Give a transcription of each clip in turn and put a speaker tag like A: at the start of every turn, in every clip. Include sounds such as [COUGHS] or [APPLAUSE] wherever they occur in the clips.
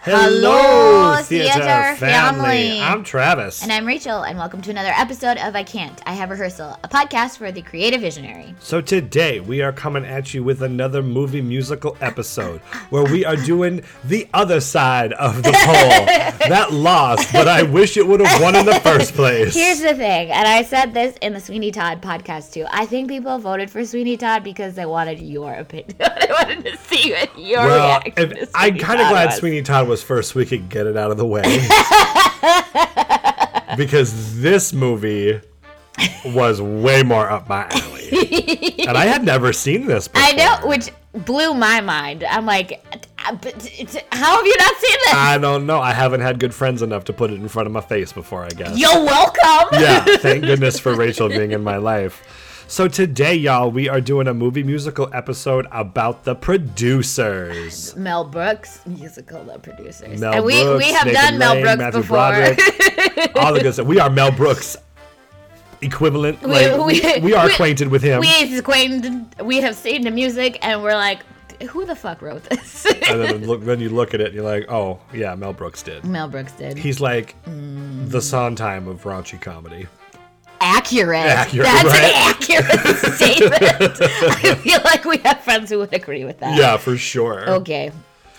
A: Hello,
B: Hello,
A: theater,
B: theater
A: family.
B: family.
A: I'm Travis.
B: And I'm Rachel, and welcome to another episode of I Can't, I Have Rehearsal, a podcast for the creative visionary.
A: so today we are coming at you with another movie musical episode where we are doing the other side of
B: [LAUGHS]
A: the poll. that lost, but I wish it would have won in the
B: [LAUGHS]
A: first place.
B: Here's the thing, and I said this in the Sweeney Todd podcast too. I think people voted for Sweeney Todd because they wanted your opinion. [LAUGHS] they wanted to see what your
A: well,
B: reaction
A: if-
B: to
A: I'm
B: Sweeney
A: kind of
B: Todd
A: glad
B: was.
A: Sweeney Todd was first. so We could get it out of the way
B: [LAUGHS]
A: because this movie was way more up my alley,
B: [LAUGHS]
A: and I had never seen this. before.
B: I know, which blew my mind. I'm like, "Uh, but t- t- how have you not seen this?
A: I don't know. I haven't had good friends enough to put it in front of my face before, I guess.
B: You're welcome.
A: Yeah, thank goodness for Rachel being in my life. So today, y'all, we are doing a movie musical episode about the producers.
B: [LAUGHS] Mel Brooks, musical the producers.
A: Mel
B: and we,
A: Brooks,
B: we have
A: Nathan
B: done Mel
A: Lane,
B: Brooks
A: Matthew
B: before.
A: Broderick, all the good stuff. We are Mel Brooks equivalent.
B: We-
A: like, we,
B: we-
A: we are
B: we-
A: acquainted with him.
B: we is acquainted, we have seen the music and we're like who the fuck wrote this [LAUGHS]
A: and then, look, then you look at it and you're like, oh, yeah, Mel Brooks did.
B: mel brooks did
A: He's like
B: Mm.
A: the Sondheim of raunchy comedy.
B: accurate,
A: Accurate,
B: that's
A: right?
B: an accurate statement [LAUGHS] i feel like we have friends who would agree with that
A: Yeah, for sure.
B: okay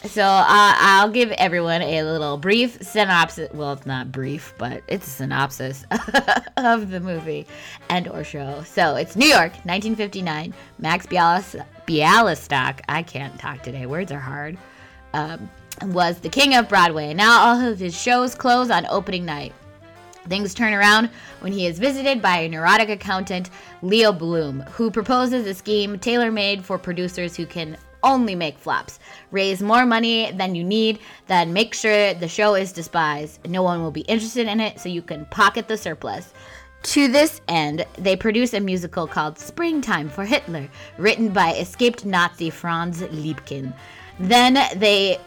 B: so uh, i'll give everyone a little brief synopsis well it's not brief but it's a synopsis [LAUGHS] of the movie and or show so it's new york 1959 max Bialys- bialystock i can't talk today words are hard um, was the king of Broadway. Now all of his shows close on opening night. Things turn around when he is visited by a neurotic accountant, Leo Bloom, who proposes a scheme tailor made for producers who can only make flops. Raise more money than you need, then make sure the show is despised. No one will be interested in it, so you can pocket the surplus. To this end, they produce a musical called Springtime for Hitler, written by escaped Nazi Franz Liebkin. Then they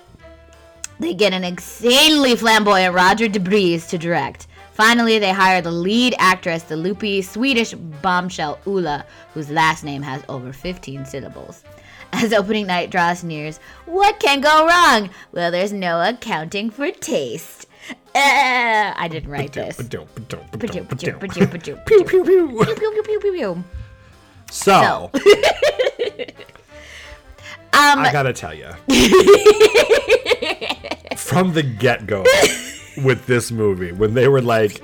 B: they get an insanely flamboyant Roger DeBreeze to direct. Finally, they hire the lead actress, the loopy Swedish bombshell Ulla, whose last name has over 15 syllables. As opening night draws near, what can go wrong? Well, there's no accounting for taste. Eh, I didn't write this.
A: Ba-dum, ba-dum,
B: Ba-doo,
A: ba-dum, ba-dum.
B: ba-doo, ba-doo, ba-doo,
A: Pew,
B: ba-doo.
A: pew, pew.
B: Pew, pew, pew, pew, pew.
A: So,
B: [LAUGHS] Um,
A: I gotta tell you, from the get go with this movie, when they were like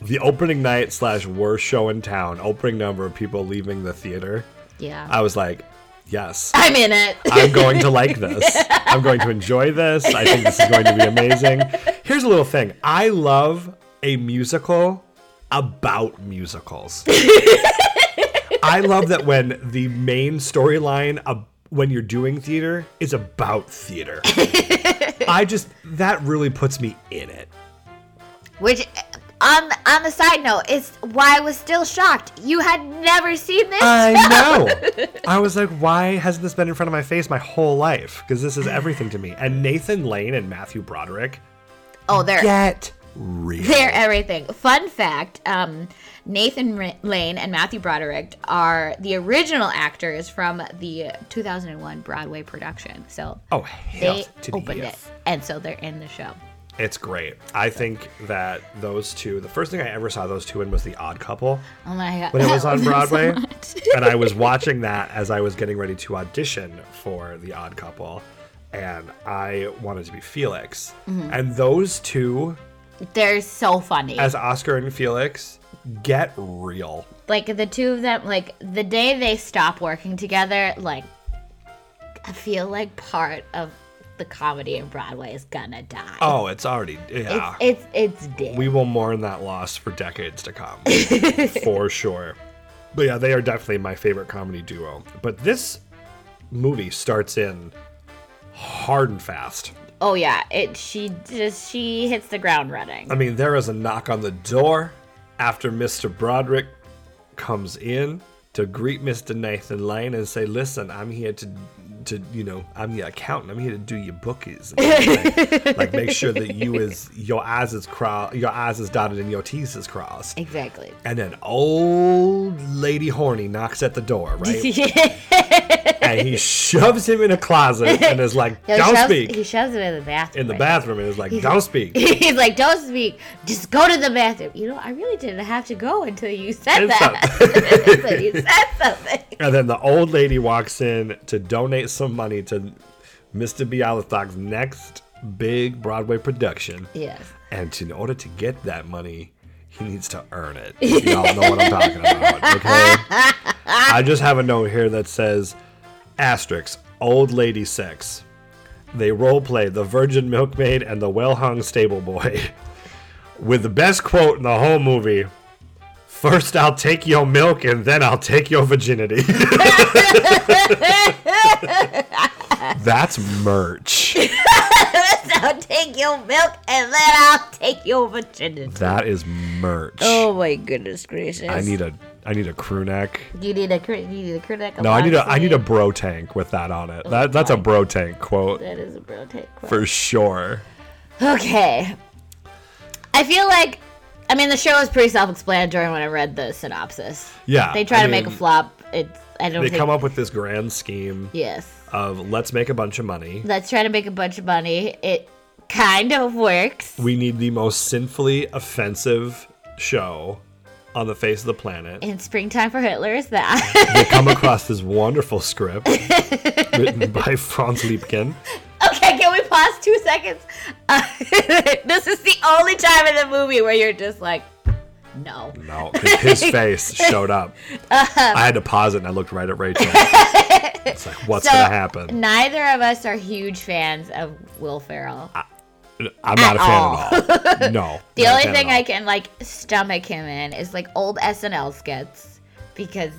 A: the opening night slash worst show in town, opening number of people leaving the theater,
B: yeah.
A: I was like, yes,
B: I'm in it. [LAUGHS]
A: I'm going to like this. I'm going to enjoy this. I think this is going to be amazing. Here's a little thing I love a musical about musicals. I love that when the main storyline ab- when you're doing theater is about theater. I just that really puts me in it.
B: Which, on on the side note, is why I was still shocked. You had never seen this.
A: I know. [LAUGHS] I was like, why hasn't this been in front of my face my whole life? Because this is everything to me. And Nathan Lane and Matthew Broderick
B: oh, they're
A: get real.
B: they're everything. Fun fact: um, Nathan R- Lane and Matthew Broderick are the original actors from the 2001 Broadway production. So
A: Oh hell
B: they
A: to the
B: opened it,
A: yes.
B: and so they're in the show.
A: It's great. I think that those two. The first thing I ever saw those two in was The Odd Couple
B: Oh my god!
A: when it was on
B: [LAUGHS] so
A: Broadway,
B: much.
A: and I was watching that as I was getting ready to audition for The Odd Couple, and I wanted to be Felix,
B: Mm-hmm.
A: and those two
B: they're so funny.
A: as Oscar and Felix get real.
B: like the two of them like the day they stop working together like i feel like part of the comedy in broadway is gonna die
A: Oh, it's already Oh, yeah.
B: it's it's dead
A: we will mourn that loss for decades to come, for sure. But yeah, they are definitely my favorite comedy duo. But this movie starts in hard and fast.
B: oh yeah it she just she hits the ground running
A: I mean, there is a knock on the door after Mr. Broderick comes in to greet Mr. Nathan Lane and say, "Listen, I'm here to to you know I'm your accountant. I'm here to do your bookies, and, like, like make sure that you is your eyes is crossed, your eyes is dotted and your T's is crossed.
B: Exactly.
A: And an old lady horny knocks at the door,
B: [LAUGHS]
A: right? and he shoves him in a closet and is
B: [LAUGHS]
A: like,
B: No, he
A: "Don't
B: shoves- He
A: speak."
B: shoves it in the bathroom.
A: In the
B: right?
A: bathroom and is like, "Don't speak."
B: [LAUGHS] He's like, don't speak. Just go to the bathroom. You know, I really didn't have to go until you said
A: And
B: that. [LAUGHS] Until you said something.
A: And then the old lady walks in to donate some money to Mr. Bialystok's next big Broadway production.
B: [LAUGHS] Yes.
A: And in order to get that money, he needs to earn it. Y'all know what I'm talking about, okay? I just have a note here that says asterisk, old lady sex. They role play the virgin milkmaid and the well hung stable boy. [LAUGHS] With the best quote in the whole movie First, I'll take your milk and then I'll take your virginity. [LAUGHS] That's merch.
B: I'll take your milk and then I'll take your virginity.
A: That is merch.
B: Oh my goodness gracious.
A: I need a I need a crew neck.
B: You need a cr- you need a critic.
A: No, I need a I need a bro tank with that on
B: Oh
A: it. That that's a bro tank quote
B: That is a bro take.
A: for sure.
B: Okay. I feel like, I mean, the show is pretty self-explanatory when I read the synopsis.
A: Yeah.
B: They try
A: I
B: to make a
A: mean,
B: flop. It's I don't.
A: They
B: think,
A: come up with this grand scheme
B: Yes.
A: of let's make a bunch of money.
B: Let's try to make a bunch of money. It kind of works.
A: We need the most sinfully offensive show on the face of the
B: [LAUGHS]
A: planet.
B: In springtime for Hitler is that. [LAUGHS]
A: They come across this wonderful script written by Franz Liebkin.
B: okay, can we pause two seconds? [LAUGHS] Uh, this is the only time in the movie where you're just like, no.
A: No, 'cause his face showed up.
B: Uh-huh.
A: I had to pause it and I looked right at
B: [LAUGHS]
A: Rachel. It's like, what's gonna happen?
B: Neither of us are huge fans of Will Ferrell.
A: I'm not a fan
B: all.
A: at all.
B: [LAUGHS]
A: No.
B: The
A: Uh, not a
B: only
A: fan at
B: thing
A: all.
B: I can like stomach him in is like old SNL skits because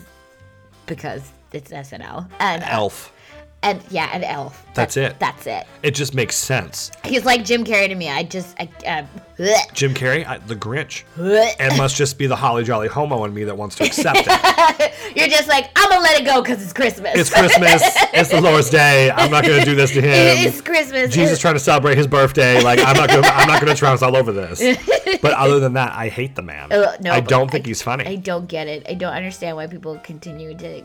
B: because it's SNL and
A: Elf.
B: and yeah and Elf.
A: Uh, That's it.
B: That's it.
A: It just makes sense.
B: He's like Jim Carrey to me. I just I um, bleh,
A: Jim Carrey, I, the Grinch.
B: bleh.
A: It must just be the holly jolly homo in me that wants to accept it.
B: [LAUGHS] you're just like I'm gonna let it go because it's Christmas. [LAUGHS]
A: It's Christmas. It's the Lord's Day. I'm not going to do this to him.
B: It's Christmas. [LAUGHS]
A: Jesus trying to celebrate his birthday. Like I'm not gonna, I'm not gonna trounce all over this.
B: [LAUGHS]
A: But other than that, I hate the man.
B: Uh, no,
A: I
B: but
A: don't think
B: I-
A: he's
B: I
A: funny.
B: don't get it. I don't understand why people continue to.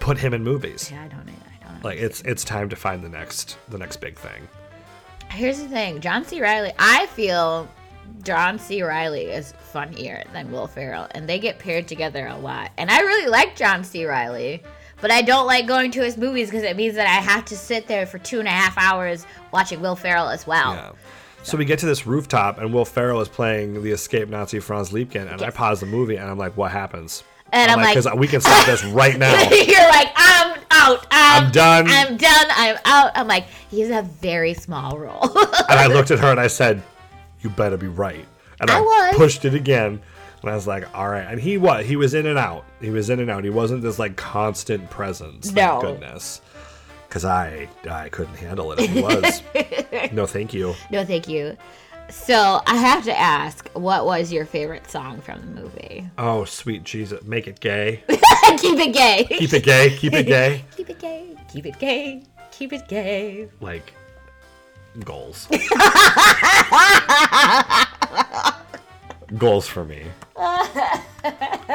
A: Put him in movies.
B: Yeah, I don't. I don't.
A: Like it's it's time to find the next the next big thing.
B: Here's the thing, John C. Riley. I feel John C. Riley is funnier than Will Ferrell, and they get paired together a lot. And I really like John C. Riley, but I don't like going to his movies because it means that I have to sit there for two and a half hours watching Will Ferrell as well.
A: Yeah. Um, So we get to this rooftop, and Will Ferrell is playing the escaped Nazi Franz Liebkin, and I pause the movie, and I'm like, "What happens?"
B: And I'm like-
A: "Because we can stop
B: [LAUGHS]
A: this right now."
B: You're like, I'm out. I'm,
A: I'm done.
B: I'm done. I'm out. I'm like, he's a very small role. [LAUGHS]
A: And I looked at her and I said, "You better be right." And
B: I
A: I,
B: was.
A: pushed it again, and I was like, "All right." And he was he was in and out. He was in and out. He wasn't this like constant presence.
B: No.
A: Thank goodness. Because I I couldn't handle it. if It was
B: [LAUGHS]
A: no, thank you.
B: no, thank you. So I have to ask, what was your favorite song from the movie? [LAUGHS]
A: Oh sweet Jesus, make it gay.
B: Keep it gay.
A: Keep it gay. Keep it gay.
B: Keep it gay. Keep it gay. Keep it gay.
A: Like
B: [LAUGHS]
A: goals. goals for me.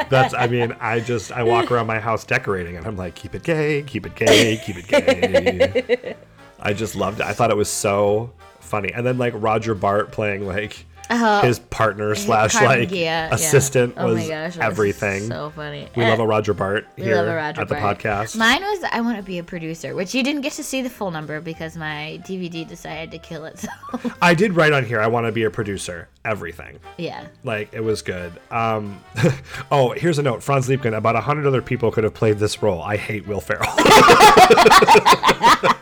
A: That's I mean, I just I walk around my house decorating and I'm like, keep it gay, keep it gay, keep it gay. I just loved it. I thought it was so funny. And then like Roger Bart playing like his partner slash
B: Carmen
A: like
B: Gia, Uh-huh. yeah.
A: [LAUGHS] assistant
B: Oh my
A: was
B: gosh, that
A: everything.
B: So funny.
A: we
B: Eh,
A: love a Roger Bart
B: we
A: here
B: love a Roger
A: at the
B: Bart.
A: podcast.
B: Mine was I want to be a producer, which you didn't get to see the full number because my DVD decided to kill itself. [LAUGHS]
A: I did write on here. I want to be a producer. Everything.
B: yeah. [LAUGHS]
A: Like it was good. Um, [LAUGHS] oh, here's a note. Franz Liebkin. About hundred other people could have played this role. I hate Will Ferrell. [LAUGHS]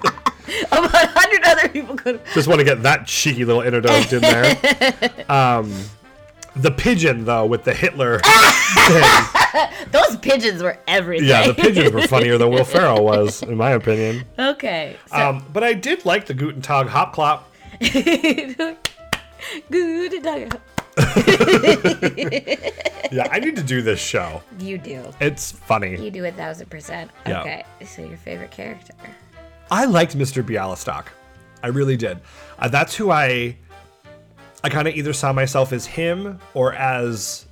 B: About a hundred other people could.
A: Just want to get that cheeky little anecdote in there. Um, the pigeon though with the Hitler.
B: Those pigeons were everything.
A: yeah, the pigeons were funnier than Will Ferrell was, in my opinion.
B: [LAUGHS] okay. So
A: Um, but I did like the Guten Tag Hop Clop.
B: good. dog.
A: Yeah, I need to do this show.
B: You do.
A: It's funny.
B: You do a thousand percent.
A: Yeah.
B: Okay. So your favorite character.
A: I liked Mr. Bialystock. I really did. Uh, that's who I. I kind of either saw myself as him or as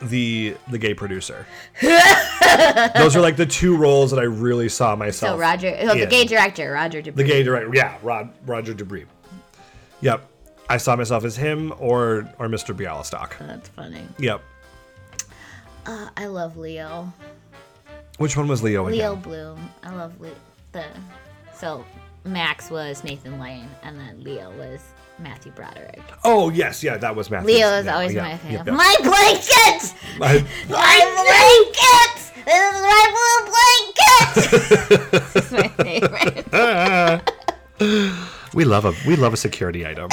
A: the the gay
B: [LAUGHS]
A: producer. Those are like the two roles that I really saw myself.
B: So Oh, Roger, so the
A: in.
B: gay director, Roger Dupree.
A: The gay director, yeah, Rod, Roger Debris. Yep, I saw myself as him or or Mr. Bialystock.
B: Oh, That's funny.
A: Yep.
B: Uh, I love Leo.
A: Which one was Leo? Again?
B: Leo Bloom. I love Le- the. So Max was Nathan Lane, and then Leo was Matthew Broderick.
A: Oh yes, yeah, that was Matthew.
B: Leo is
A: Yeah,
B: always
A: yeah,
B: my favorite.
A: yeah, yeah.
B: My blanket.
A: I-
B: My blanket. This is my blue blanket. it's my favorite.
A: we love a we love a security
B: [LAUGHS]
A: item.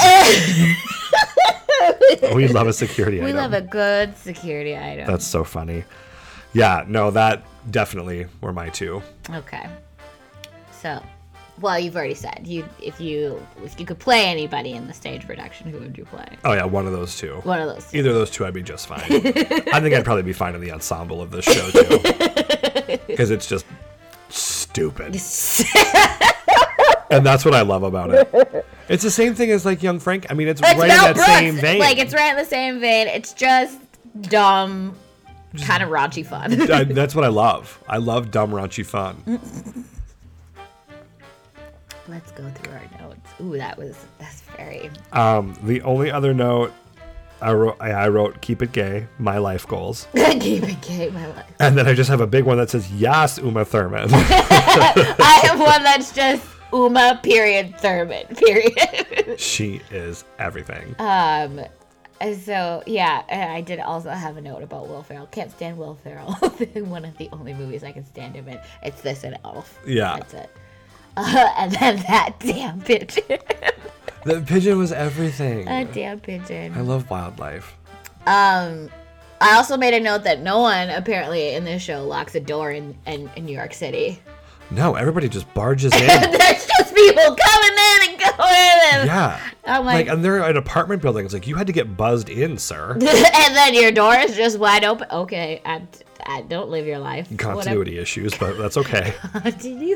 A: we love a security
B: We
A: item.
B: love a good security item.
A: That's so funny. Yeah, no, that definitely were my two.
B: Okay. So, well, you've already said you if you if you could play anybody in the stage production, who would you play?
A: Oh yeah, one of those two.
B: One of those.
A: Either of those two, I'd be just fine. I think I'd probably be fine in the ensemble of this show too,
B: [LAUGHS]
A: because it's just stupid.
B: it's
A: and that's what I love about it. It's the same thing as like Young Frank. I mean, it's, right in
B: Mel
A: that
B: Brooks.
A: same vein.
B: Like it's right in the same vein. It's just dumb, kind of raunchy fun.
A: I- that's what I love. I love dumb raunchy fun.
B: [LAUGHS] Let's go through our notes. Ooh, that was that's very. [LAUGHS]
A: Um, the only other note I wrote, I, I wrote, keep it gay, my life goals,
B: Keep it gay, my life.
A: and then I just have a big one that says yes, Uma Thurman.
B: [LAUGHS] I have one that's just Uma period Thurman [LAUGHS] period.
A: she is everything.
B: Um, and so yeah, and I did also have a note about Will Ferrell. Can't stand Will Ferrell. [LAUGHS] One of the only movies I can stand him in. It's this and Elf.
A: Yeah.
B: that's it. Uh, [LAUGHS] and then that damn pigeon.
A: the pigeon was everything.
B: [LAUGHS] that damn
A: I
B: pigeon.
A: love wildlife.
B: Um, I also made a note that no one apparently in this show locks a door in in, in New York City. [LAUGHS]
A: No, everybody just barges in.
B: There's just people coming in and going in.
A: yeah.
B: I'm
A: Like, uh,
B: Uh, like, [LAUGHS]
A: and they're in apartment buildings. Like, you had to get buzzed in, sir.
B: and then your door is just wide open. Okay, I, I don't live your life. Whatever.
A: continuity issues, but that's
B: [LAUGHS]
A: okay.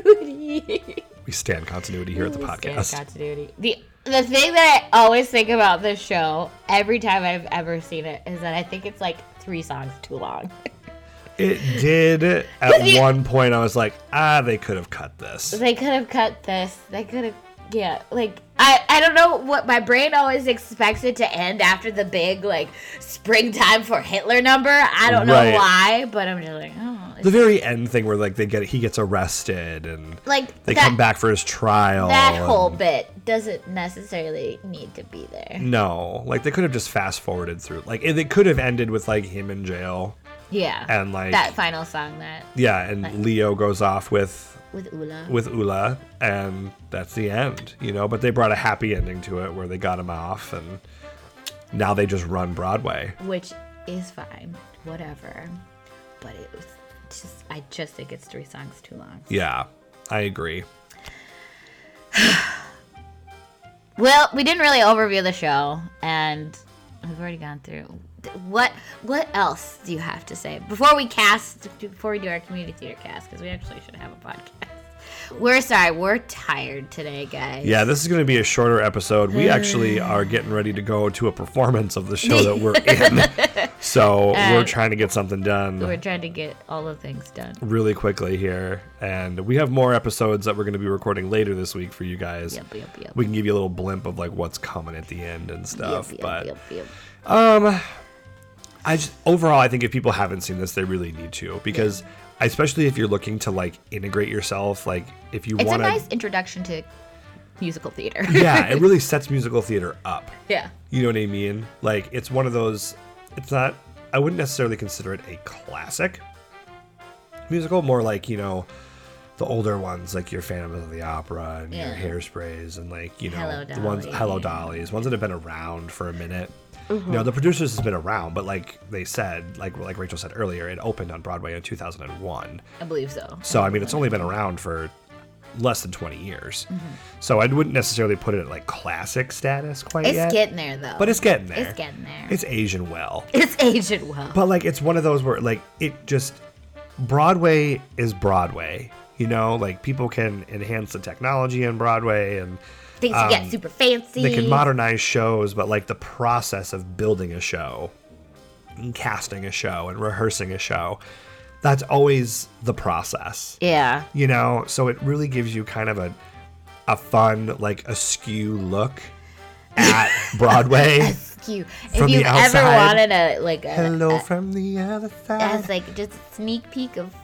B: continuity.
A: We stand continuity here at the podcast.
B: Continuity. The the thing that I always think about this show every time I've ever seen it is that I think it's like three songs too long.
A: It did
B: you- [LAUGHS]
A: at one point. I was like, ah, they could have cut this.
B: They could have cut this. They could have yeah, like I, I don't know what my brain always expects it to end after the big like springtime for Hitler number. I don't know
A: Right.
B: why, but I'm just like, oh, it's
A: The very end thing where like they get he gets arrested and
B: like
A: they
B: that
A: come back for his trial.
B: that whole
A: and-
B: bit doesn't necessarily need to be there.
A: no, like they could have just fast forwarded through. Like it, it could have ended with like him in jail
B: Yeah.
A: and like
B: that final song that
A: yeah, and Leo goes off with
B: with Ula.
A: with Ula, and that's the end, you know. But they brought a happy ending to it where they got him off, and now they just run Broadway.
B: which is fine, whatever. But it was just, I just think it's three songs too long.
A: Yeah, I agree.
B: Well, we didn't really overview the show, and we've already gone through. What what else do you have to say before we cast? Before we do our community theater cast, because we actually should have a podcast. We're sorry, we're tired today, guys.
A: Yeah, this is going to be a shorter episode. We actually
B: Mm.
A: are getting ready to go to a performance of the show that
B: [LAUGHS]
A: we're in. So we're trying to get something
B: We're
A: done
B: trying to get all the things done.
A: really quickly here. And we have more episodes that we're going to be recording later this week for you guys.
B: Yep, yep, yep.
A: We can give you a little blimp of like what's coming at the end and stuff.
B: Yep,
A: but
B: yep, yep,
A: I just overall, I think if people haven't seen this, they really need to because especially if you're looking to like integrate yourself, like if you
B: It's
A: want
B: a
A: to,
B: nice introduction to musical theater.
A: yeah, it really sets musical theater up.
B: [LAUGHS] yeah.
A: You know what I mean? Like it's one of those. It's not. I wouldn't necessarily consider it a classic musical. More like you know, the older ones like your Phantom of the Opera and
B: Yeah.
A: your Hairsprays and like you know
B: Hello,
A: the ones
B: Dolly.
A: Hello Dollies, ones that have been around for a minute. You know, the producers has been around, but like they said, like like Rachel said earlier, it opened on Broadway in 2001.
B: I believe so.
A: So I mean, it's only been around for less than 20 years.
B: Mm-hmm.
A: So I wouldn't necessarily put it at like classic status quite
B: It's
A: yet.
B: getting there though.
A: But it's getting there.
B: It's getting there. It's,
A: It's Asian well.
B: aged well.
A: But like it's one of those where like it just Broadway is Broadway You know, like people can enhance the technology in Broadway and
B: Things you get super fancy.
A: um, they can modernize shows, but like the process of building a show and casting a show and rehearsing a show, that's always the process.
B: yeah.
A: You know, so it really gives you kind of a a fun, like askew look at Broadway.
B: Skew.
A: From
B: If
A: the
B: you've ever
A: outside.
B: wanted a like a,
A: Hello
B: a
A: from the other
B: as
A: side.
B: like just a sneak peek of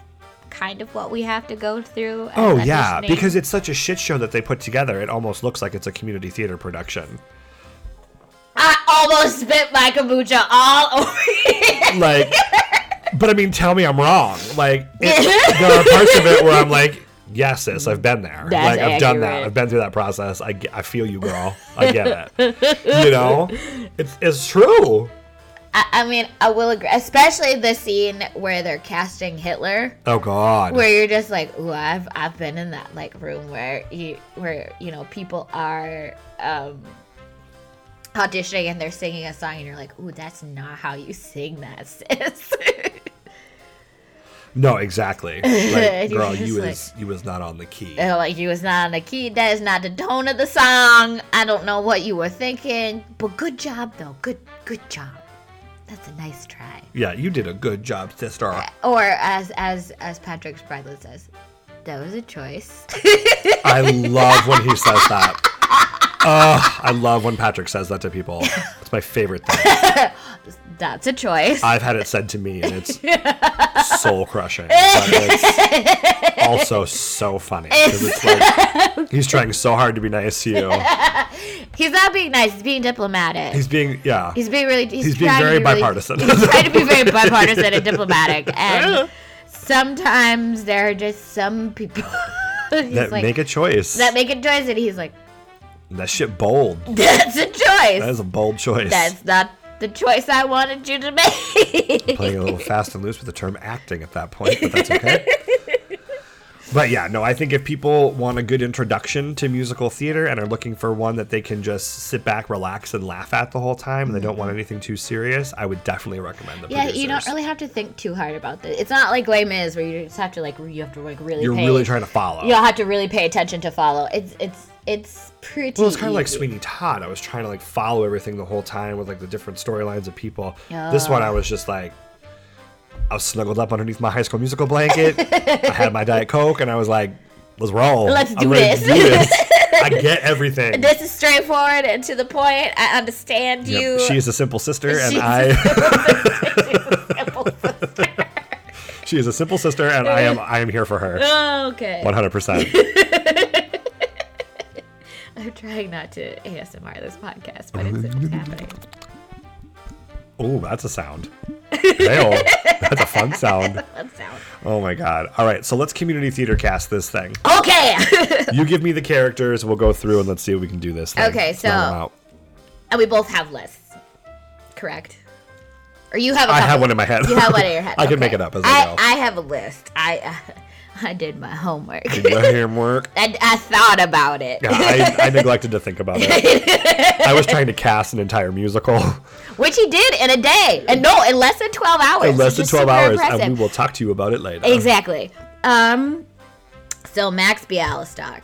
B: kind of what we have to go through. as
A: Oh yeah,
B: auditioning.
A: because it's such a shit show that they put together. It almost looks like it's a community theater production.
B: I almost spit my kombucha all [LAUGHS] over. you. [LAUGHS]
A: like but i mean tell me i'm wrong like
B: [LAUGHS]
A: it, there are parts of it where i'm like yes sis i've been there
B: That's
A: like i've done that
B: accurate.
A: i've been through that process i, ge- I feel you girl i get it you know it's, it's true
B: I, I mean, I will agree, especially the scene where they're casting Hitler.
A: oh god
B: where you're just like, ooh, I've I've been in that like room where you where you know people are um, auditioning and they're singing a song and you're like, ooh, that's not how you sing that, [LAUGHS] sis.
A: no exactly
B: And [LAUGHS]
A: like,
B: you're
A: girl
B: just
A: you
B: like-
A: was you was not on the key
B: and like you was not on the key. That is not the tone of the song. I don't know what you were thinking, but good job though. Good good job. That's a nice try.
A: yeah you did a good job sister
B: Or as as as Patrick Spradlin says, that was a choice. [LAUGHS]
A: i love when he says that Ugh, i love when patrick says that to people it's my favorite thing
B: that's a choice.
A: I've had it said to me, and it's soul crushing. But it's also so funny because it's like he's trying so hard to be nice to you.
B: He's not being nice. He's being diplomatic.
A: He's being yeah.
B: He's being really. He's,
A: He's being
B: trying to
A: very
B: be really-
A: bipartisan.
B: he's trying to
A: [LAUGHS]
B: be very bipartisan and diplomatic, and sometimes there are just some people [LAUGHS] he's
A: that
B: like,
A: make a choice.
B: that
A: That,
B: make a choice, and he's like,
A: shit bold.
B: "That's a
A: That
B: choice.
A: is a bold choice.
B: That's not the choice I wanted you
A: [LAUGHS]
B: to make."
A: Playing
B: [LAUGHS]
A: a little fast and loose with the term acting at that point, but that's okay. But yeah, no, I think if people want a good introduction to musical theater and are looking for one that they can just sit back, relax, and laugh at the whole time, and they don't want anything too serious, I would definitely recommend the
B: Mm-hmm. Yeah, you don't
A: producers.
B: really have to think too hard about this. It's not like Les Mis where you just have to like re- you have to like really.
A: You're
B: pay,
A: really trying to follow.
B: You'll have to really pay attention to follow. It's it's it's pretty.
A: Well, it's kind of like
B: easy.
A: Sweeney Todd. I was trying to like follow everything the whole time with like the different storylines of people. This one, I was just like, I was snuggled up underneath my High School Musical blanket. I had my Diet Coke, and I was like, "Let's roll.
B: Let's do
A: ready
B: this."
A: to do
B: [LAUGHS]
A: this. I get everything.
B: This is straightforward and to the point. I understand
A: Yep,
B: you.
A: She is a simple sister,
B: [LAUGHS]
A: and
B: She's a
A: I.
B: [LAUGHS] oh,
A: [LAUGHS] she is a simple sister, and I am. I am here for her.
B: [LAUGHS] okay.
A: One hundred percent.
B: I'm trying not to ASMR this podcast,
A: [LAUGHS]
B: but it's it's happening.
A: Oh, that's a sound. Hey-oh, that's a fun sound.
B: Let's sound.
A: Oh my god. All right, so let's community theater cast this thing.
B: [LAUGHS] Okay.
A: You give me the characters. We'll go through and let's see if we can do this. Thing.
B: Okay,
A: Let's knock
B: so-
A: 'em out.
B: and we both have lists, correct? Or you have? A
A: I
B: couple.
A: have one in my head.
B: You have one in
A: [LAUGHS]
B: your head.
A: I can
B: okay.
A: make it up as I,
B: I, I have a list. I uh, [LAUGHS] I did my homework.
A: go. Your homework.
B: I, I thought about it.
A: [LAUGHS] Yeah, I, I neglected to think about it. I was trying to cast an entire musical [LAUGHS]
B: Which he did in a day. And no, in less than 12 hours.
A: in less
B: which
A: than 12
B: is super
A: hours,
B: impressive.
A: and we will talk to you about it later.
B: Exactly. Um, so Max Bialystock.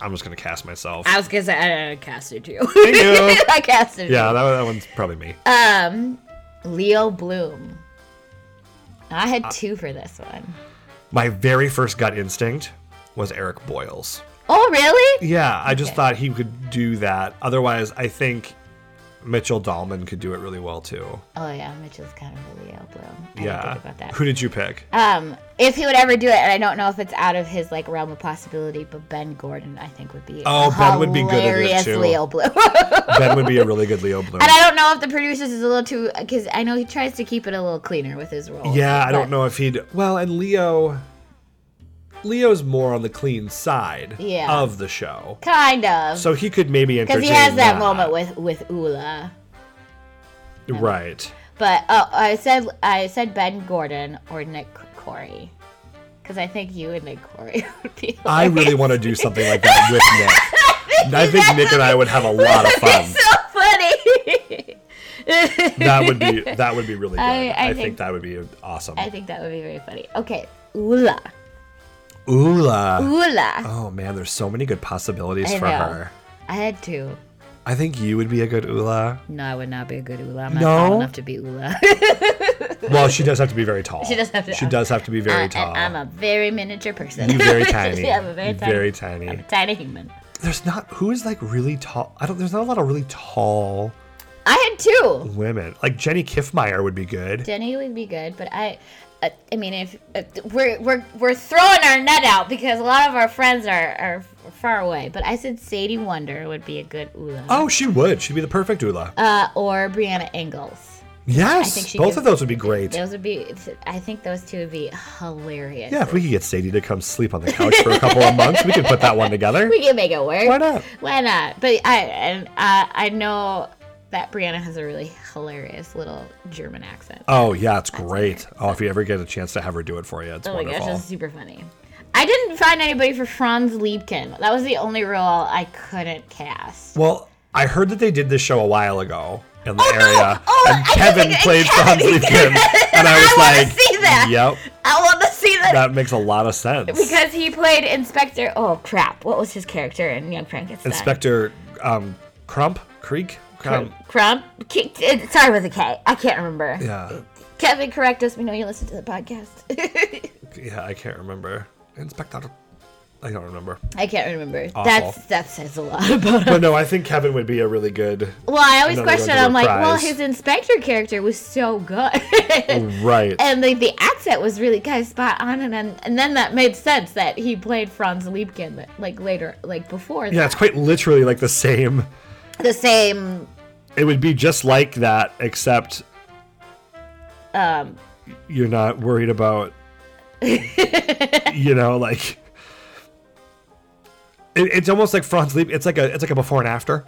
A: I'm just going to cast myself.
B: I was gonna say I, I casted
A: [LAUGHS]
B: you.
A: Thank you.
B: [LAUGHS] I casted
A: Yeah, that, that one's probably me.
B: Uh- you. Leo Bloom. I
A: Uh,
B: had two for this one.
A: My very first gut instinct was Eric Boyles.
B: Oh really?
A: Yeah, I just thought he could do that. Otherwise, I think Mitchell Dahlman could do it really well too.
B: Oh yeah, Mitchell's kind of a Leo Bloom. I
A: yeah.
B: didn't think about
A: Who did you pick?
B: that. Um, if he would ever do it, and I don't know if it's out of his like realm of possibility, but Ben Gordon I think would be
A: Oh, Ben would be good at it,
B: hilarious
A: too.
B: Leo Bloom. [LAUGHS] and
A: ben would be a really good Leo Bloom.
B: I don't know if the producers is a little too because I know he tries to keep it a little cleaner with his role.
A: Yeah, I don't know if he'd. Well, and Leo. Leo's more on the clean side
B: Yeah.
A: of the show,
B: Kind of.
A: so he could maybe entertain.
B: Because he has that, moment with with Ula.
A: right?
B: But oh, I said I said Ben Gordon or Nick Corey, because I think you and Nick Corey [LAUGHS] would be.
A: I really want to do something like that
B: [LAUGHS]
A: with Nick. I think Nick and I would have a lot of
B: That'd
A: fun.
B: be so funny. [LAUGHS]
A: That would be that would be really good.
B: I-
A: I,
B: I
A: think,
B: think-
A: that would be awesome.
B: I think that would be very funny. Okay, Ula.
A: Oola.
B: Oola.
A: Oh man, there's so many good possibilities
B: I
A: for
B: know.
A: her.
B: I had two.
A: I think you would be a good Ula.
B: No, I would not be a good Ula. I'm not
A: No?
B: tall enough to be Ula. [LAUGHS]
A: Well, she does have to be very tall.
B: She does have to- Uh,
A: She does have to be very
B: And
A: tall.
B: I'm a very miniature person.
A: You're
B: [LAUGHS]
A: very tiny.
B: yeah, I'm a very
A: You're
B: tiny.
A: very tiny.
B: I'm a tiny human.
A: There's not who is like really tall. I don't. There's not a lot of really tall
B: I had two.
A: women. Like Jenny Kiffmeyer would be good.
B: Jenny would be good, but I, uh, I mean, if uh, we're we're we're throwing our net out because a lot of our friends are are far away. But I said Sadie Wonder would be a good Ula,
A: Oh, she would. She'd be the perfect Ula.
B: uh, or Brianna Ingalls. think
A: yes,
B: she
A: both
B: could-
A: of those would be great.
B: Those would be. I think those two would be hilarious.
A: Yeah, if we could get Sadie to come sleep on the couch for a couple of months, we could put that one together.
B: [LAUGHS] we can make it work.
A: Why not?
B: Why not? But I and uh, I know that Brianna has a really hilarious little German accent.
A: Oh yeah, it's great. Oh, if you ever get a chance to have her do it for you, it's
B: Oh my
A: wonderful.
B: gosh, that's super funny. I didn't find anybody for Franz Liebkin. That was the only role I couldn't cast.
A: Well, I heard that they did this show a while ago in the area,
B: Oh, I
A: and
B: was
A: Kevin
B: like,
A: played
B: Kevin. [LAUGHS]
A: Franz Liebkin, and I was
B: I wanna
A: like,
B: see that.
A: "Yep,
B: I want to see that
A: that makes a lot of sense."
B: [LAUGHS] because he played Inspector. Oh crap! What was his character in Young Frankenstein?
A: Inspector um, Crump Creek. Um, Crump.
B: Crump. K- it started with a K. I can't remember.
A: Yeah,
B: Kevin, correct us. We know you listen to the podcast. [LAUGHS]
A: yeah, I can't remember. Inspector. I don't remember.
B: I can't remember.
A: Awful.
B: That's that says a lot about him.
A: But no, I think Kevin would be a really good.
B: Well, I always
A: Another
B: question.
A: under the
B: I'm like, well,
A: prize.
B: his inspector character was so good.
A: Right.
B: and like the accent was really kind of spot on and then and then that made sense that he played franz liebkin that, like later like before
A: Yeah, it's quite literally like the same.
B: the same
A: It would be just like that, except
B: um
A: you're not worried about you know like it, it's almost like Franz Lieb it's like a it's like a before and after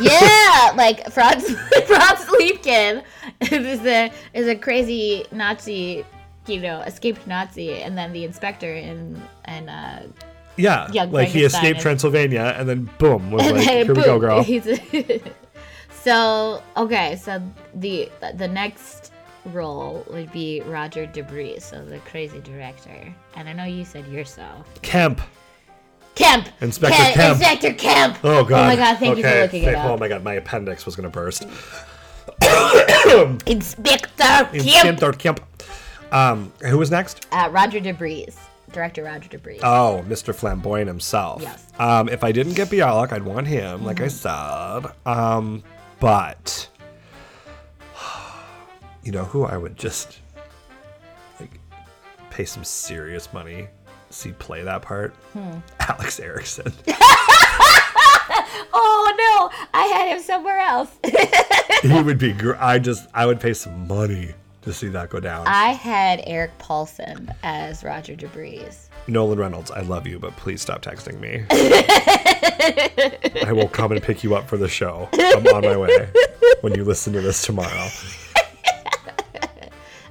B: yeah like franz [LAUGHS] franz liebkin is a is a crazy nazi you know escaped nazi and then the inspector and and uh
A: yeah
B: Young
A: like he
B: Frankenstein
A: escaped
B: is-
A: Transylvania and then boom
B: [LAUGHS]
A: was
B: and
A: like
B: then
A: here we go
B: boom,
A: girl
B: he's [LAUGHS] so okay so the the next role would be roger debris so the crazy director and i know you said yourself
A: Kemp
B: Kemp.
A: Inspector
B: Ke-
A: Kemp.
B: Inspector Kemp.
A: oh god
B: Oh my god, thank you for
A: Okay,
B: looking it
A: thank- oh
B: up.
A: my god my appendix was gonna burst
B: Inspector Kemp.
A: Kemp or Kemp um who was next
B: Uh, Roger Debris. Director Roger Debris.
A: oh Mr Flamboyant himself
B: Yes.
A: um if I didn't get Bialik I'd want him like I
B: Mm-hmm.
A: said um but [SIGHS] you know who I would just like pay some serious money see play that part?
B: Hmm.
A: [LAUGHS] Alex Erickson.
B: oh no, I had him somewhere else. [LAUGHS]
A: he would be. Gr- I just I would pay some money to see that go down.
B: I had Eric Paulson as Roger Debris.
A: Nolan Reynolds, I love you, but please stop texting
B: [LAUGHS]
A: me. I will come and pick you up for the show. I'm on my way when you listen to this tomorrow.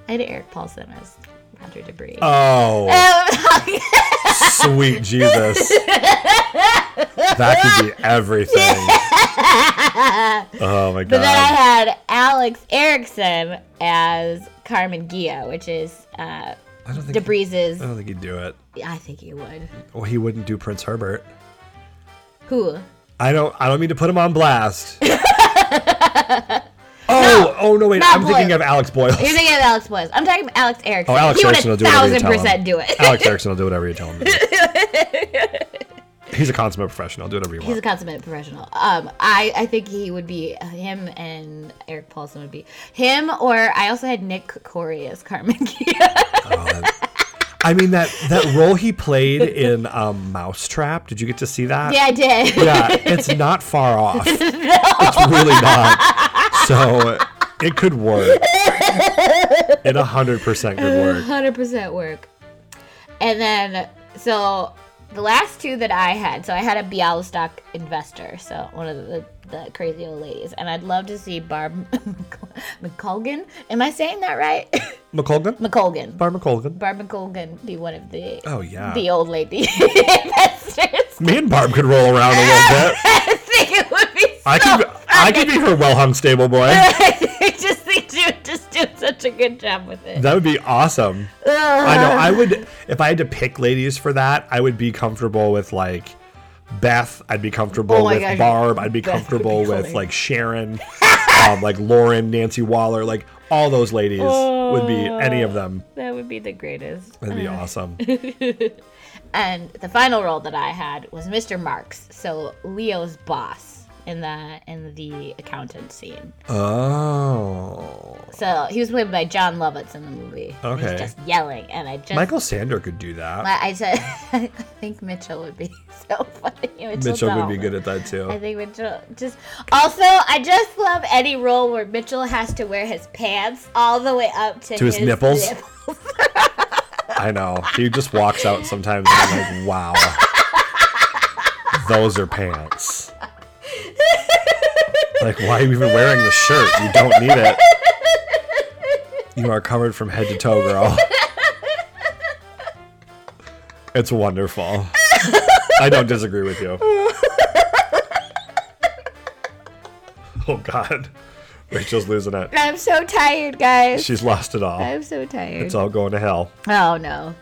B: I had Eric Paulson as Roger Debris. [LAUGHS]
A: Oh, sweet Jesus. That could be
B: [LAUGHS]
A: everything. Oh my god.
B: but then I had Alex Erickson as Carmen Gia, which is
A: I
B: uh,
A: don't think
B: Debris's.
A: I don't think he'd do it.
B: I think you would.
A: Well, he wouldn't do Prince Herbert.
B: Who?
A: I don't. I don't mean to put him on
B: [LAUGHS]
A: blast. oh, oh no! Wait,
B: not
A: I'm thinking
B: Boyle.
A: of Alex Boyle.
B: You're thinking of Alex Boyles. I'm talking about Alex
A: [LAUGHS]
B: Erickson.
A: Oh, Alex
B: he
A: Erickson will
B: would
A: do
B: a
A: whatever you
B: thousand
A: tell him.
B: percent do it. [LAUGHS]
A: Alex Erickson will do whatever you tell him. to do. He's a consummate professional. Do whatever you
B: He's
A: want.
B: a consummate professional. Um, I, I think he would be him and Eric Paulson would be him or I also had Nick Corey as Carmen [LAUGHS] Gia.
A: I mean that that role he played in um, Mousetrap. Did you get to see that?
B: yeah, I did.
A: Yeah, it's not
B: [LAUGHS]
A: far off. It's really not. So it could work. It hundred percent could work.
B: [LAUGHS] Hundred percent work. And then so the last two that I had, so I had a Bialystok investor, so one of the, the crazy old ladies, and I'd love to see Barb [LAUGHS] McColgan. Am I saying that right? [COUGHS]
A: McColgan,
B: McColgan.
A: Barb McColgan.
B: Barb McColgan be one of the
A: Oh yeah.
B: the old lady [LAUGHS] investors.
A: Me and Barb could roll around a little bit.
B: [LAUGHS] I think it would be so [LAUGHS]
A: I could I could be her well hung stable boy.
B: I just think she would just do such a good good job with it.
A: That would be awesome. I know. I would, if I had to pick ladies for that, I would be comfortable with like Beth. I'd be comfortable
B: Oh my
A: with
B: gosh,
A: Barb. I'd be
B: Beth would be
A: comfortable with
B: funny.
A: like
B: [LAUGHS]
A: Sharon, um, like Lauren, Nancy Waller, like all those ladies would be any of them.
B: That would be the greatest.
A: That'd be
B: [LAUGHS]
A: awesome.
B: And the final role that I had was Mr. Marks, so Leo's boss in the in the accountant scene.
A: Oh.
B: So he was played by John Lovitz in the movie. And
A: Okay.
B: He's just yelling, and I just
A: Michael Sander could do that.
B: I I said [LAUGHS] I think Mitchell would be [LAUGHS] so funny. Mitchell,
A: Mitchell would be
B: Dahl.
A: good at that
B: I
A: too.
B: think Mitchell just also I just love any role where Mitchell has to wear his pants all the way up to,
A: To his nipples?
B: nipples.
A: I know. He just walks out sometimes and I'm like, wow. Those are pants. Like, why are you even wearing the shirt? You don't need it. You are covered from head to toe, girl. It's wonderful. I don't disagree with you. Oh, God. Rachel's losing it.
B: I'm so tired, guys.
A: She's lost it all.
B: I'm so tired.
A: It's all going to hell.
B: oh no,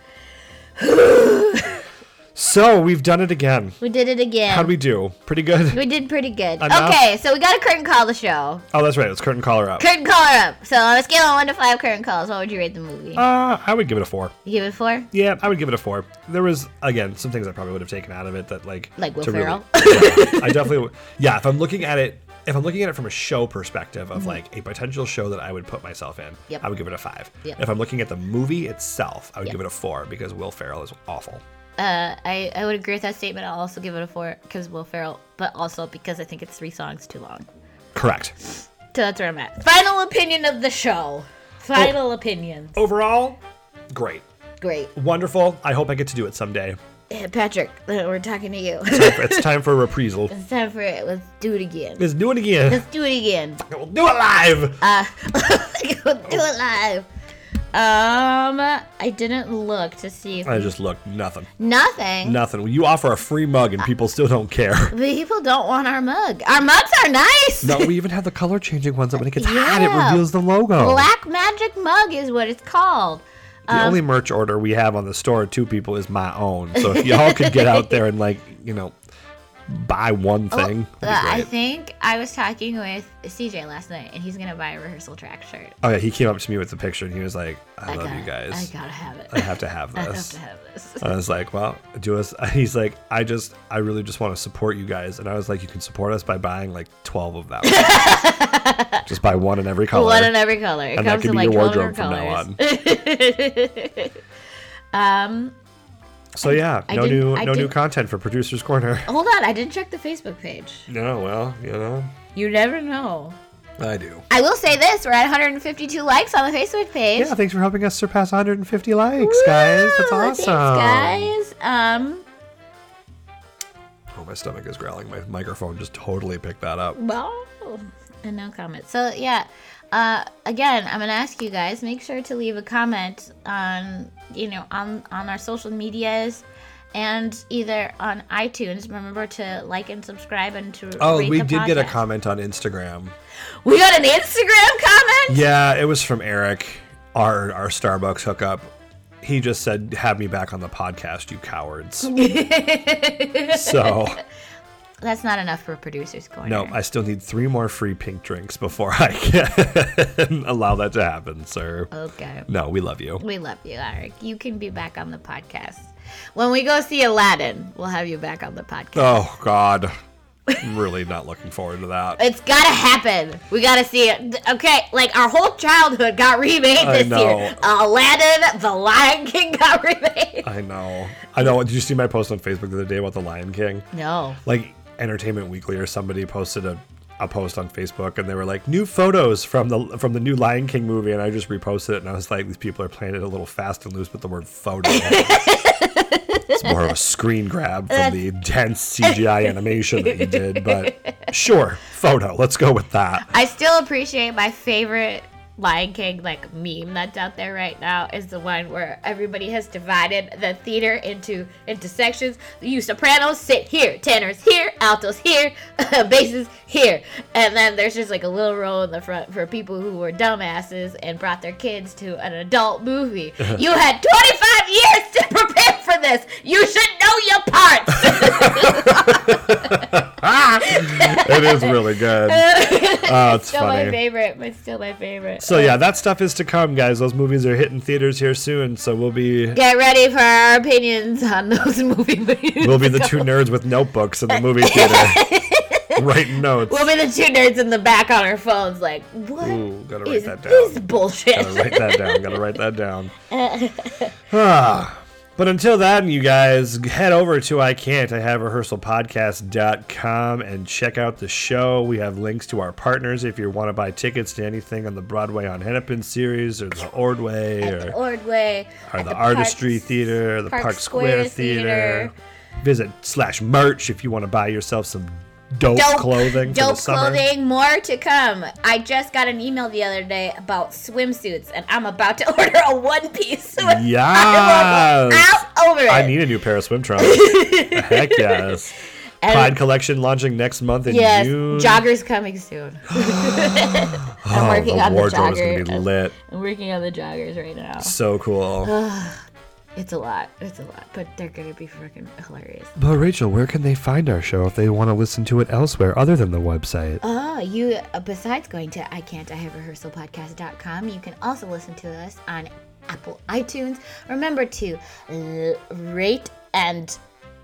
A: So we've done it again.
B: we did it again.
A: How'd we do? Pretty good.
B: [LAUGHS] We did pretty good.
A: Enough?
B: Okay, so we got a curtain call the show.
A: Oh, that's right. Let's curtain call her up.
B: Curtain caller up. So on a scale of one to five curtain calls, what would you rate the movie?
A: Uh, I would give it a four.
B: you give it a four?
A: Yeah, I would give it a four. There was again some things I probably would have taken out of it that like
B: Like Will
A: to really-
B: Ferrell? [LAUGHS]
A: Yeah, [COUGHS] I definitely would- yeah. If I'm looking at it, if I'm looking at it from a show perspective of like a potential show that I would put myself in,
B: Mm-hmm. Yep.
A: I would give it a five.
B: Yep.
A: If I'm looking at the movie itself, I would
B: Yep.
A: give it a four because Will Ferrell is awful.
B: Uh, I, I would agree with that statement. I'll also give it a four because Will Ferrell, but also because I think it's three songs too long.
A: Correct.
B: So that's where I'm at. Final opinion of the show. Final opinions.
A: Overall, great,
B: Great.
A: wonderful. I hope I get to do it
B: [LAUGHS]
A: someday.
B: Eh, Patrick, uh, we're talking to you. [LAUGHS]
A: it's time for a reprisal.
B: it's time for it. Let's do it again.
A: Let's do it again.
B: Let's do it again.
A: [LAUGHS] We'll do it live.
B: Uh, [LAUGHS] let's do it live. Um, I didn't look to see if
A: I just looked nothing,
B: Nothing.
A: nothing. You offer a free mug and people still don't care.
B: People don't want our mug. Our mugs are nice.
A: no, [LAUGHS] we even have the color changing ones that when it gets hot, it
B: Yeah.
A: reveals the logo.
B: [LAUGHS] Black Magic Mug is what it's called.
A: the
B: um,
A: only merch order we have on the store, two people, is my own. So if y'all could get out there and like, you know, buy one thing,
B: Uh,
A: that'd be
B: I
A: great.
B: think I was talking with CJ last night, and he's gonna buy a rehearsal track shirt.
A: oh yeah, he came up to me with the picture and he was like, "I, love
B: gotta,
A: you guys.
B: [LAUGHS] I gotta have it.
A: I have to have
B: I have
A: this."
B: to have this.
A: I was like, well, do us. [LAUGHS] He's like, I just, I really just want to support you guys. And I was like, you can support us by buying like 12 of
B: [LAUGHS]
A: them. just buy one in every color.
B: One in every color. It
A: And that
B: comes
A: could
B: in
A: be
B: like
A: your
B: twelve different
A: wardrobe from now
B: colors.
A: on. [LAUGHS]
B: um,
A: So yeah,
B: I
A: no
B: didn't-
A: new,
B: I
A: no new
B: didn't-
A: content for Producers
B: [LAUGHS]
A: Corner.
B: [LAUGHS] hold on, I didn't check the Facebook page.
A: No, well, you know,
B: You never know.
A: I do.
B: I will say this: we're at 152 likes on the Facebook page.
A: Yeah, thanks for helping us surpass 150 likes, guys. That's
B: Woo!
A: awesome.
B: Thanks, guys. Um,
A: Oh, my stomach is growling. My microphone just totally picked that up.
B: well, and no comment. So yeah, uh, again, I'm gonna ask you guys: make sure to leave a comment on you know on on our social medias. And either on iTunes, remember to like and subscribe and to
A: Oh,
B: rate
A: we
B: the
A: did get a
B: podcast.
A: comment on Instagram.
B: We got an Instagram comment.
A: Yeah, it was from Eric, our our Starbucks hookup. He just said, "Have me back on the podcast, you
B: [LAUGHS]
A: cowards." so
B: That's not enough for producers corner.
A: no, I still need three more free pink drinks before I can [LAUGHS] allow that to happen, sir.
B: okay.
A: No, we love you.
B: We love you, Eric. You can be back on the podcast. When we go see Aladdin, we'll have you back on the podcast.
A: Oh God, I'm really not looking forward to [LAUGHS] that.
B: It's gotta happen. We gotta see it. Th- Okay, like our whole childhood got remade
A: I
B: this year.
A: know.
B: Aladdin, The Lion King got [LAUGHS] remade.
A: I know. I know. Did you see my post on Facebook the other day about the Lion King?
B: No.
A: like Entertainment Weekly or somebody posted a, a post on Facebook and they were like new photos from the from the new Lion King movie and I just reposted it and I was like these people are playing it a little fast and loose with the word [LAUGHS] photo. it's more of a screen grab from the dense CGI animation that you did, but sure, photo. Let's go with that.
B: I still appreciate my favorite Lion King like meme that's out there right now is the one where everybody has divided the theater into into sections. You sopranos sit here, tenors here, altos here, [LAUGHS] basses here, and then there's just like a little row in the front for people who were dumbasses and brought their kids to an adult movie. you had 25 years to [LAUGHS] prepare for this. You should know your parts.
A: it is really
B: [LAUGHS]
A: good. Oh, it's
B: still my
A: funny.
B: favorite. It's still my favorite.
A: So yeah, that stuff is to come, guys. Those movies are hitting theaters here soon, so we'll be
B: Get ready for our opinions on those [LAUGHS] movie reviews.
A: we'll be the two nerds with notebooks in the movie theater, writing notes.
B: [LAUGHS] We'll be the two nerds in the back on our phones, like, what is
A: Ooh, gotta write that
B: this
A: down.
B: bullshit?
A: Gotta write that down. Gotta write that
B: [LAUGHS]
A: down. Ah. but until then, you guys head over to I Can't I Have Rehearsal Podcast.com and check out the show. We have links to our partners if you want to buy tickets to anything on the Broadway on Hennepin series or the Ordway or,
B: [LAUGHS] Ordway.
A: or
B: at
A: the, Artistry
B: Parks-
A: Theater, the Park,
B: Park
A: Square,
B: Square
A: Theater.
B: Theater.
A: Visit slash merch if you want to buy yourself some dope,
B: Dope
A: clothing. for
B: Dope
A: the summer.
B: clothing, [LAUGHS] more to come. I just got an email the other day about swimsuits, and I'm about to [LAUGHS] order a one piece. [LAUGHS] swim- I will go
A: Yes.
B: out over it.
A: I need a new pair of swim
B: [LAUGHS]
A: trunks. Heck yes.
B: And-
A: Pride collection launching next month in
B: Yes,
A: June.
B: joggers coming soon.
A: [GASPS]
B: I'm
A: oh,
B: working
A: the
B: on the
A: wardrobe is gonna be
B: jogger.
A: lit.
B: I'm working on the joggers right now.
A: So
B: Uh.
A: cool.
B: It's a lot. It's a lot, but they're gonna be freaking hilarious.
A: But Rachel, where can they find our show if they want to listen to it elsewhere other than the website?
B: Oh, you, uh, besides going to I Can't I Have Rehearsal Podcast.com, you can also listen to us on Apple iTunes. Remember to l- rate and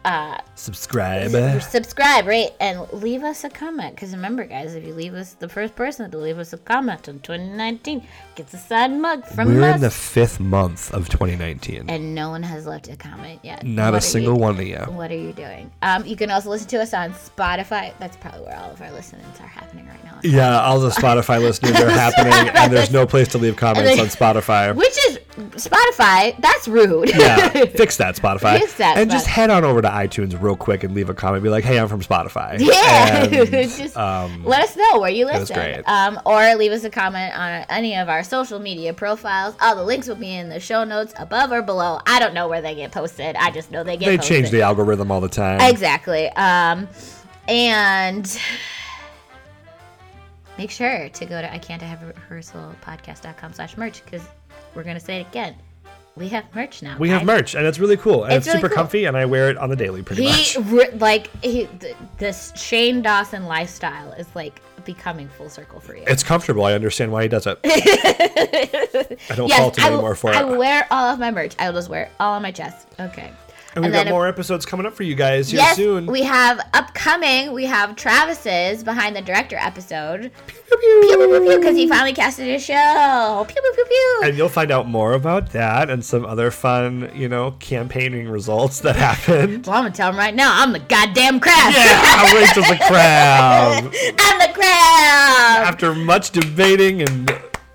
B: uh,
A: Subscribe.
B: subscribe, rate, and leave us a comment. Because remember, guys, if you leave us the first person to leave us a comment in 2019 gets a signed mug from
A: We're
B: us.
A: in the fifth month of 2019.
B: and no one has left a comment yet.
A: Not
B: What
A: a
B: are
A: single
B: you-
A: one of you.
B: What are you doing? Um, you can also listen to us on Spotify. That's probably where all of our listenings are happening right now.
A: Yeah, all the Spotify listeners
B: [LAUGHS]
A: are happening, and there's no place to leave comments
B: they-
A: on
B: [LAUGHS]
A: Spotify.
B: Which is Spotify. That's rude.
A: Yeah, fix that, Spotify.
B: Fix that,
A: and just
B: Spotify.
A: head on over to iTunes real quick and leave a comment. Be like, hey, I'm from Spotify.
B: [LAUGHS] Yeah.
A: And,
B: Just
A: um,
B: [LAUGHS] Let us know where you
A: was
B: listen,
A: great.
B: um, or leave us a comment on any of our social media profiles. All the links will be in the show notes above or below. I don't know where they get posted. I just know they get.
A: they
B: posted.
A: change the algorithm all the time.
B: Exactly. Um, and make sure to go to I can't have a rehearsal podcast.com slash merch because we're going to say it again. We have merch now.
A: we have
B: I-
A: merch, and it's really cool, and it's,
B: It's really
A: super
B: cool.
A: comfy, and I wear it on the daily pretty
B: He
A: much.
B: re- like he, th- this Shane Dawson lifestyle is like becoming full circle for you.
A: It's comfortable. I understand why he does
B: [LAUGHS]
A: it. I don't fault him
B: I will,
A: anymore for
B: I
A: it.
B: will wear all of my merch. I will just wear it all on my chest. Okay.
A: and we've got
B: if-
A: more episodes coming up for you guys here
B: yes,
A: soon.
B: we have upcoming. We have Travis's behind the director episode.
A: Pew, pew, pew,
B: because he finally casted his show. Pew pew pew pew.
A: and you'll find out more about that and some other fun, you know, campaigning results that
B: [LAUGHS]
A: happened.
B: well, I'm gonna tell him right now. I'm the goddamn crab.
A: yeah, Rachel's a crab.
B: I'm the crab.
A: After much debating and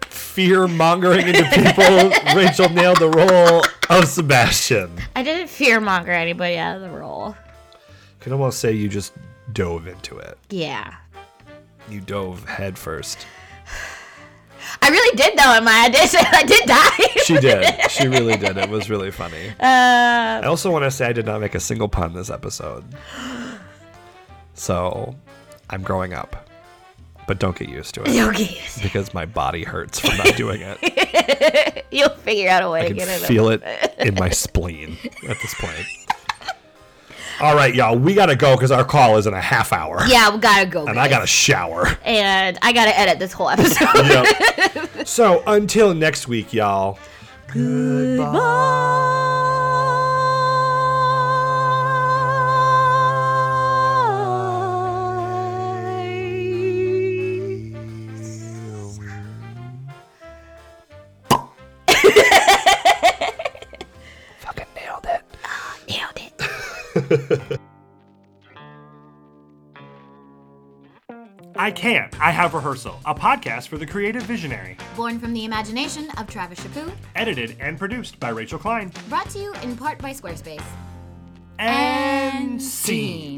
A: fear mongering into people, Rachel nailed the role of Sebastian.
B: I didn't fear monger anybody out of the role.
A: Can almost say you just dove into it.
B: Yeah.
A: You dove headfirst.
B: I really did though in my audition. [LAUGHS] I did die.
A: She did. She really did. It was really funny.
B: Uh,
A: I also want to say I did not make a single pun this
B: [GASPS]
A: episode. So I'm growing up. But don't get used
B: [LAUGHS]
A: to it
B: okay.
A: because my body hurts from not doing
B: [LAUGHS]
A: it.
B: You'll figure out a way to
A: I
B: get
A: can
B: it.
A: feel it in my spleen at this point. All right, y'all, we gotta go because our call is in a half hour,
B: Yeah, we gotta go.
A: and I gotta shower.
B: and I gotta edit this whole episode. [LAUGHS]
A: Yep. [LAUGHS] so until next week, y'all. Fucking nailed it.
B: Nailed it.
C: I Can't, I Have Rehearsal, a podcast for the creative visionary.
D: Born from the imagination of Travis Chapu,
C: Edited and produced by Rachel Klein.
D: brought to you in part by Squarespace.
C: And scene.